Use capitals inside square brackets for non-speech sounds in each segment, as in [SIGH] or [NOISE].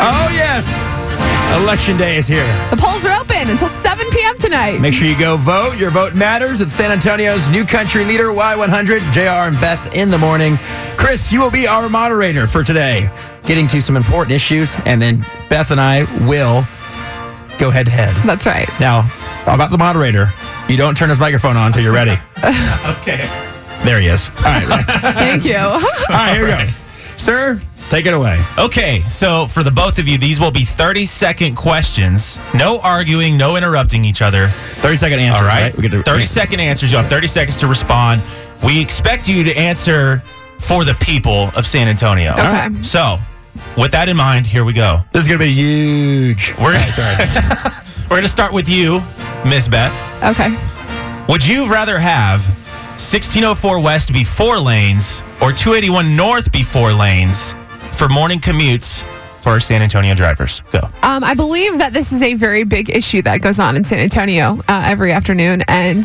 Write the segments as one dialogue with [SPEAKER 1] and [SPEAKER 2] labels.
[SPEAKER 1] Oh, Election day is here.
[SPEAKER 2] The polls are open until 7 p.m. tonight.
[SPEAKER 1] Make sure you go vote. Your vote matters. It's San Antonio's new country leader, Y100, JR and Beth in the morning. Chris, you will be our moderator for today, getting to some important issues, and then Beth and I will go head to head.
[SPEAKER 2] That's right.
[SPEAKER 1] Now, about the moderator, you don't turn his microphone on until you're [LAUGHS] ready.
[SPEAKER 3] Okay.
[SPEAKER 1] There he is. All right, right.
[SPEAKER 2] Thank you. [LAUGHS]
[SPEAKER 1] All right here we go. Sir, take it away.
[SPEAKER 3] Okay, so for the both of you, these will be 30 second questions. No arguing, no interrupting each other.
[SPEAKER 1] 30 second answers,
[SPEAKER 3] All
[SPEAKER 1] right?
[SPEAKER 3] right.
[SPEAKER 1] We get to-
[SPEAKER 3] 30 second answers. You have 30 seconds to respond. We expect you to answer for the people of San Antonio.
[SPEAKER 2] Okay.
[SPEAKER 3] So, with that in mind, here we go.
[SPEAKER 1] This is going to be huge.
[SPEAKER 3] We're,
[SPEAKER 1] [LAUGHS]
[SPEAKER 3] we're going to start with you, Miss Beth.
[SPEAKER 2] Okay.
[SPEAKER 3] Would you rather have 1604 West be oh four lanes or 281 North be four lanes for morning commutes for San Antonio drivers? Go.
[SPEAKER 2] Um, I believe that this is a very big issue that goes on in San Antonio uh, every afternoon, and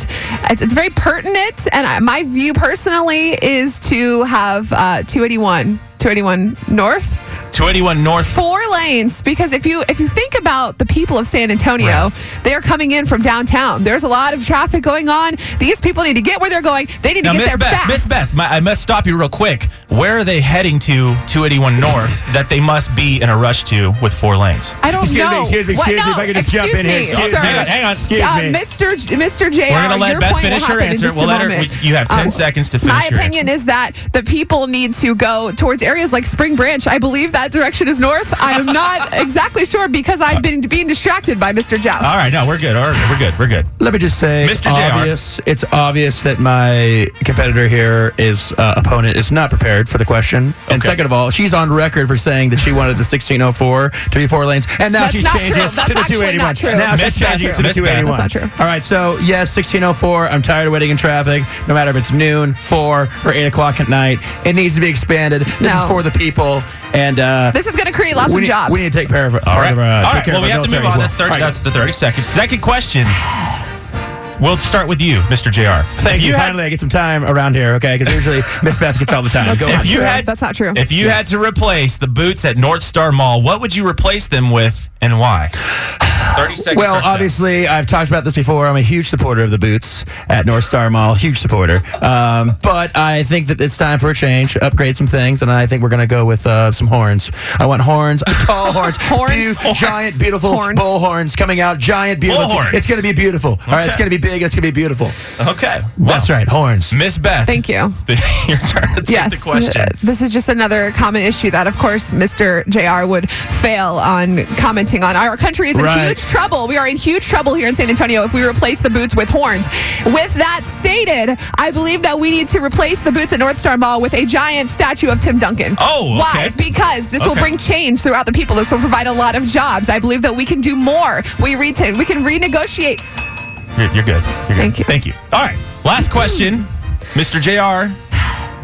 [SPEAKER 2] it's, it's very pertinent. And I, my view personally is to have uh, 281, 281 North
[SPEAKER 3] 281 North.
[SPEAKER 2] four lanes because if you if you think about the people of San Antonio,
[SPEAKER 3] Right.
[SPEAKER 2] they are coming in from downtown. There's a lot of traffic going on. These people need to get where they're going. They need
[SPEAKER 3] Now,
[SPEAKER 2] to get
[SPEAKER 3] Miss
[SPEAKER 2] there
[SPEAKER 3] Beth,
[SPEAKER 2] fast.
[SPEAKER 3] Miss Beth, my, I must stop you real quick. Where are they heading to 281 North that they must be in a rush to with four lanes?
[SPEAKER 2] I don't
[SPEAKER 1] Excuse me,
[SPEAKER 2] know.
[SPEAKER 1] excuse me,
[SPEAKER 2] What-
[SPEAKER 1] excuse me,
[SPEAKER 2] no,
[SPEAKER 1] if I could just jump
[SPEAKER 2] excuse
[SPEAKER 1] in here.
[SPEAKER 2] me,
[SPEAKER 1] Excuse
[SPEAKER 2] sir.
[SPEAKER 1] me. Hang on, hang on, excuse
[SPEAKER 2] uh,
[SPEAKER 1] me.
[SPEAKER 2] Mr. J- Mr. Jr.
[SPEAKER 3] We're gonna let
[SPEAKER 2] your
[SPEAKER 3] Beth
[SPEAKER 2] point will
[SPEAKER 3] finish her
[SPEAKER 2] happen in
[SPEAKER 3] answer.
[SPEAKER 2] just a
[SPEAKER 3] We'll let her-
[SPEAKER 2] moment. Um,
[SPEAKER 3] we- you have 10 seconds to finish
[SPEAKER 2] My
[SPEAKER 3] your
[SPEAKER 2] opinion is that the people need to go towards areas like Spring Branch. I believe that direction is north. I am
[SPEAKER 1] [LAUGHS]
[SPEAKER 2] not exactly sure because
[SPEAKER 1] Uh,
[SPEAKER 2] I've been being distracted by Mr. Joust.
[SPEAKER 3] All right, no, we're good. All right, we're good. We're good.
[SPEAKER 1] Let me just say, it's
[SPEAKER 3] Mr. JR.
[SPEAKER 1] obvious. It's obvious that my competitor here is uh, opponent is not prepared for the question. And
[SPEAKER 3] Okay.
[SPEAKER 1] second of all, she's on record for saying that she wanted the 1604 to be four lanes, and now
[SPEAKER 2] That's
[SPEAKER 1] she's
[SPEAKER 2] not
[SPEAKER 1] changing
[SPEAKER 2] true.
[SPEAKER 1] it
[SPEAKER 2] That's
[SPEAKER 1] to the
[SPEAKER 2] actually
[SPEAKER 1] 281.
[SPEAKER 2] not true.
[SPEAKER 1] Now
[SPEAKER 3] Miss
[SPEAKER 1] she's changing it
[SPEAKER 3] Beth,
[SPEAKER 1] to the
[SPEAKER 3] Miss Beth.
[SPEAKER 1] 281.
[SPEAKER 2] That's not true.
[SPEAKER 1] All right, so yes, 1604. I'm tired of waiting in traffic, no matter if it's noon, four, or eight o'clock at night. It needs to be expanded. This
[SPEAKER 2] No.
[SPEAKER 1] is for the people, and uh,
[SPEAKER 2] This is going to create lots
[SPEAKER 1] we
[SPEAKER 2] of
[SPEAKER 1] need,
[SPEAKER 2] jobs.
[SPEAKER 1] We need to take care of.
[SPEAKER 3] All right.
[SPEAKER 1] Of, uh,
[SPEAKER 3] All
[SPEAKER 1] take
[SPEAKER 3] right.
[SPEAKER 1] care
[SPEAKER 3] Well,
[SPEAKER 1] of
[SPEAKER 3] we
[SPEAKER 1] our
[SPEAKER 3] have to
[SPEAKER 1] military
[SPEAKER 3] move on.
[SPEAKER 1] as well.
[SPEAKER 3] That's 30,
[SPEAKER 1] All right.
[SPEAKER 3] That's the 30 seconds. Second question. We'll start with you, Mr. JR.
[SPEAKER 1] Thank
[SPEAKER 3] if
[SPEAKER 1] you.
[SPEAKER 3] had-
[SPEAKER 1] Finally, I get some time around here, okay? Because usually Miss Beth gets all the time. Go
[SPEAKER 3] If
[SPEAKER 1] on.
[SPEAKER 3] you
[SPEAKER 2] true.
[SPEAKER 3] had-
[SPEAKER 2] That's not true.
[SPEAKER 3] If you had to replace the boots at North Star Mall, what would you replace them with and why? 30 seconds.
[SPEAKER 1] Well,
[SPEAKER 3] starts now.
[SPEAKER 1] obviously, I've talked about this before. I'm a huge supporter of the boots at North Star Mall, huge supporter. Um, but I think that it's time for a change, upgrade some things, and I think we're going to go with uh, some horns. I want
[SPEAKER 3] [LAUGHS]
[SPEAKER 1] horns, tall horns,
[SPEAKER 2] Horns,
[SPEAKER 1] huge,
[SPEAKER 2] horns,
[SPEAKER 1] giant, beautiful
[SPEAKER 2] horns.
[SPEAKER 1] bull horns coming out, giant, beautiful.
[SPEAKER 3] horns.
[SPEAKER 1] It's going to be beautiful. All right, it's
[SPEAKER 3] Okay.
[SPEAKER 1] going to be big. It's going to be beautiful.
[SPEAKER 3] Okay. Well,
[SPEAKER 1] That's right, horns.
[SPEAKER 3] Miss Beth.
[SPEAKER 2] Thank you.
[SPEAKER 3] [LAUGHS] Your turn to take
[SPEAKER 2] Yes.
[SPEAKER 3] the question.
[SPEAKER 2] uh, This is just another common issue that, of course, Mr. JR would fail on commenting on. Our country is in
[SPEAKER 1] Right.
[SPEAKER 2] huge trouble. We are in huge trouble here in San Antonio if we replace the boots with horns. With that stated, I believe that we need to replace the boots at North Star Mall with a giant statue of Tim Duncan.
[SPEAKER 3] Oh,
[SPEAKER 2] Why?
[SPEAKER 3] okay.
[SPEAKER 2] Because this will
[SPEAKER 3] Okay.
[SPEAKER 2] bring change throughout the people. This will provide a lot of jobs. I believe that we can do more. We, re- we can renegotiate.
[SPEAKER 3] You're, you're good. You're good.
[SPEAKER 2] Thank you.
[SPEAKER 3] Thank you. All right. Last question, Mr. JR.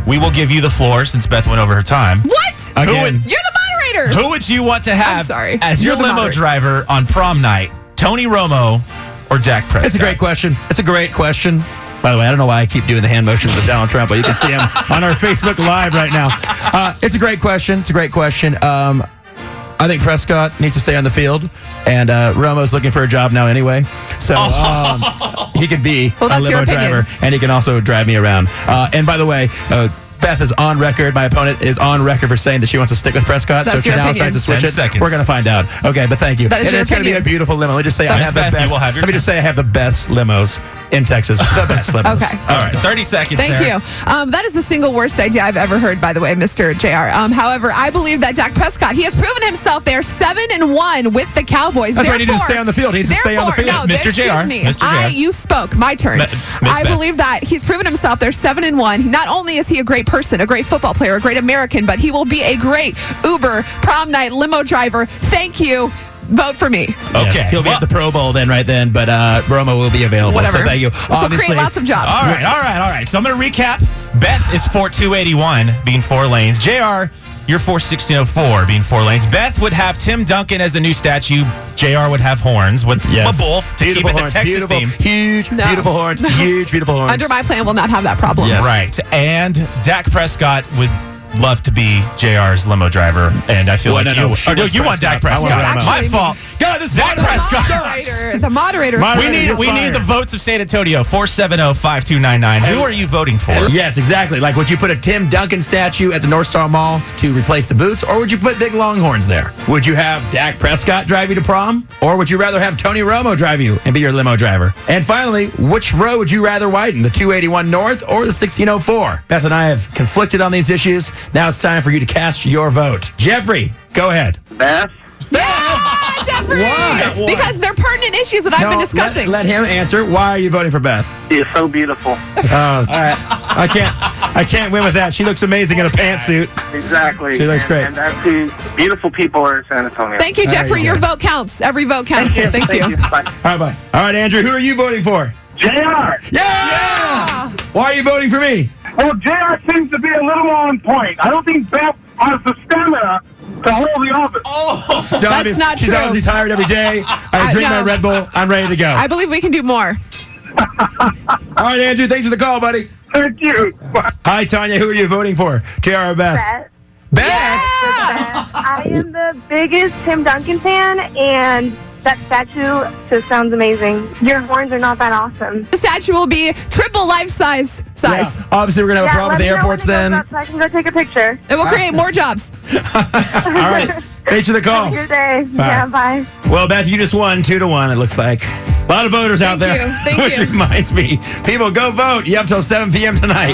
[SPEAKER 3] We will give you the floor since Beth went over her time.
[SPEAKER 2] What?
[SPEAKER 1] Again.
[SPEAKER 3] Who would-
[SPEAKER 2] You're the moderator.
[SPEAKER 3] Who would you want to have
[SPEAKER 2] I'm sorry.
[SPEAKER 3] as
[SPEAKER 2] You're
[SPEAKER 3] your
[SPEAKER 2] the
[SPEAKER 3] limo
[SPEAKER 2] moderator.
[SPEAKER 3] driver on prom night? Tony Romo or Dak Prescott?
[SPEAKER 1] It's a great question. It's a great question. By the way, I don't know why I keep doing the hand motions of Donald Trump, but you can see
[SPEAKER 3] [LAUGHS]
[SPEAKER 1] him on our Facebook Live right now. Uh, it's a great question. It's a great question. Um, I think Prescott needs to stay on the field, and uh, Romo's looking for a job now anyway. So um,
[SPEAKER 3] Oh.
[SPEAKER 1] he could be a
[SPEAKER 2] Well, that's your
[SPEAKER 1] limo
[SPEAKER 2] opinion.
[SPEAKER 1] driver, and he can also drive me around. Uh, and by the way, uh, Beth is on record. My opponent is on record for saying that she wants to stick with Prescott.
[SPEAKER 2] That's
[SPEAKER 1] so she
[SPEAKER 2] your
[SPEAKER 1] now
[SPEAKER 2] opinion.
[SPEAKER 1] tries to switch
[SPEAKER 3] 10
[SPEAKER 1] it.
[SPEAKER 3] seconds.
[SPEAKER 1] We're going to find out. Okay, but thank you.
[SPEAKER 2] That is
[SPEAKER 1] And
[SPEAKER 2] your
[SPEAKER 1] it's going to be a
[SPEAKER 2] opinion.
[SPEAKER 1] beautiful limo. Let me just say I
[SPEAKER 3] That's
[SPEAKER 1] have the
[SPEAKER 3] Beth, you
[SPEAKER 1] best.
[SPEAKER 3] will have your
[SPEAKER 1] Let me just say I have the best limos in Texas. The
[SPEAKER 2] [LAUGHS]
[SPEAKER 1] best limos. Uh,
[SPEAKER 2] Okay.
[SPEAKER 3] All right. 30 seconds
[SPEAKER 2] Thank
[SPEAKER 3] there.
[SPEAKER 2] you. Um, that is the single worst idea I've ever heard, by the way, Mr. JR. Um, however, I believe that Dak Prescott, he has proven himself. They are seven and one with the Cowboys.
[SPEAKER 1] That's
[SPEAKER 2] therefore,
[SPEAKER 1] right, he needs to stay on the field. He needs to stay on the
[SPEAKER 2] therefore-
[SPEAKER 1] field.
[SPEAKER 2] No,
[SPEAKER 3] Mr. JR,
[SPEAKER 2] Excuse me.
[SPEAKER 3] Mr.
[SPEAKER 2] I,
[SPEAKER 3] JR.
[SPEAKER 2] you spoke. My turn.
[SPEAKER 3] Ma- Miss
[SPEAKER 2] I
[SPEAKER 3] Beth.
[SPEAKER 2] believe that he's proven himself. They're seven and one. Not only is he a great person, a great football player, a great American, but he will be a great Uber prom night limo driver. Thank you. Vote for me.
[SPEAKER 3] Okay.
[SPEAKER 1] Yes, He'll be
[SPEAKER 3] Well-
[SPEAKER 1] at the Pro Bowl then, right then, but uh, Romo will be available.
[SPEAKER 2] Whatever.
[SPEAKER 1] So thank you.
[SPEAKER 2] So create lots of jobs.
[SPEAKER 3] All right, all right, all right. So I'm going to recap. Beth is 4281 being four lanes. JR, you're 41604 being four lanes. Beth would have Tim Duncan as the new statue. JR would have horns with
[SPEAKER 1] Yes.
[SPEAKER 3] a wolf to
[SPEAKER 1] beautiful
[SPEAKER 3] keep it
[SPEAKER 1] horns,
[SPEAKER 3] the Texas
[SPEAKER 1] beautiful,
[SPEAKER 3] theme.
[SPEAKER 1] Huge,
[SPEAKER 2] No.
[SPEAKER 1] beautiful horns. Huge, beautiful horns.
[SPEAKER 2] Under my plan, will not have that problem.
[SPEAKER 1] Yes.
[SPEAKER 3] Right. And Dak Prescott would love to be JR's limo driver, and I feel
[SPEAKER 1] Well,
[SPEAKER 3] like
[SPEAKER 1] no, no,
[SPEAKER 3] you.
[SPEAKER 1] she
[SPEAKER 3] oh, no,
[SPEAKER 1] wants
[SPEAKER 3] you want Dak
[SPEAKER 1] Prescott. I want
[SPEAKER 3] Prescott.
[SPEAKER 2] Prescott.
[SPEAKER 3] My
[SPEAKER 2] Actually,
[SPEAKER 3] fault.
[SPEAKER 1] God, this
[SPEAKER 3] Dak
[SPEAKER 1] Dak
[SPEAKER 3] Prescott.
[SPEAKER 2] moderator. The moderator.
[SPEAKER 1] Moderator.
[SPEAKER 3] We need
[SPEAKER 1] You're
[SPEAKER 3] we need
[SPEAKER 1] fired.
[SPEAKER 3] the votes of San Antonio oh, 470-5299. Who are you voting for?
[SPEAKER 1] Yes, exactly. Like, would you put a Tim Duncan statue at the North Star Mall to replace the boots, or would you put Big Longhorns there? Would you have Dak Prescott drive you to prom, or would you rather have Tony Romo drive you and be your limo driver? And finally, which road would you rather widen, the 281 North or the 1604? Beth and I have conflicted on these issues. Now it's time for you to cast your vote. Jeffrey, go ahead.
[SPEAKER 4] Beth,
[SPEAKER 2] Yeah, Jeffrey.
[SPEAKER 1] Why?
[SPEAKER 2] Because they're pertinent issues that I've
[SPEAKER 1] No,
[SPEAKER 2] been
[SPEAKER 1] let-
[SPEAKER 2] discussing.
[SPEAKER 1] let him answer. Why are you voting for Beth?
[SPEAKER 4] she is
[SPEAKER 1] [LAUGHS]
[SPEAKER 4] so beautiful.
[SPEAKER 1] Oh, all right. I can't. I can't win with that. She looks amazing in a pantsuit.
[SPEAKER 4] Exactly.
[SPEAKER 1] She looks
[SPEAKER 4] and,
[SPEAKER 1] great.
[SPEAKER 4] And that's who beautiful people are in San Antonio.
[SPEAKER 2] Thank you, Jeffrey.
[SPEAKER 1] you
[SPEAKER 2] Your
[SPEAKER 1] go.
[SPEAKER 2] vote counts. Every vote counts.
[SPEAKER 4] Yes,
[SPEAKER 2] Thank you.
[SPEAKER 4] Bye.
[SPEAKER 1] All right, bye. All right, Andrew. Who are you voting for?
[SPEAKER 5] JR.
[SPEAKER 1] Yeah! Why are you voting for me?
[SPEAKER 5] Well, JR seems to be a little on point. I don't think Beth has the stamina to hold the office.
[SPEAKER 1] It's obvious.
[SPEAKER 2] not
[SPEAKER 1] She's
[SPEAKER 2] true.
[SPEAKER 1] obviously tired every
[SPEAKER 2] [LAUGHS]
[SPEAKER 1] day. I
[SPEAKER 2] I-
[SPEAKER 1] drink
[SPEAKER 2] no.
[SPEAKER 1] my Red Bull. I'm ready to go.
[SPEAKER 2] I believe we can do more.
[SPEAKER 1] All right, Andrew. Thanks for the call, buddy.
[SPEAKER 5] Thank you. Bye.
[SPEAKER 1] Hi, Tanya. Who are you voting for? JR or Beth?
[SPEAKER 6] Beth.
[SPEAKER 1] Beth?
[SPEAKER 6] I am the biggest Tim Duncan fan, and that statue just sounds amazing. Your horns are not that awesome.
[SPEAKER 2] The statue will be triple life size
[SPEAKER 1] Yeah.
[SPEAKER 2] size.
[SPEAKER 1] Obviously, we're going to have a problem
[SPEAKER 6] let
[SPEAKER 1] with the
[SPEAKER 6] me know when
[SPEAKER 1] airports
[SPEAKER 6] it goes
[SPEAKER 1] then. All
[SPEAKER 6] up so I can go take a picture.
[SPEAKER 2] It will create more jobs.
[SPEAKER 1] right.
[SPEAKER 6] [LAUGHS]
[SPEAKER 1] Thanks for the
[SPEAKER 6] Have
[SPEAKER 1] call.
[SPEAKER 6] a good day. Yeah, bye.
[SPEAKER 1] Well, Beth, you just won two to one, it looks like. A lot of voters out
[SPEAKER 2] Thank
[SPEAKER 1] there.
[SPEAKER 2] you.
[SPEAKER 1] [LAUGHS]
[SPEAKER 2] Thank
[SPEAKER 1] which
[SPEAKER 2] you.
[SPEAKER 1] reminds me, people, go vote. You have till 7 p.m. tonight.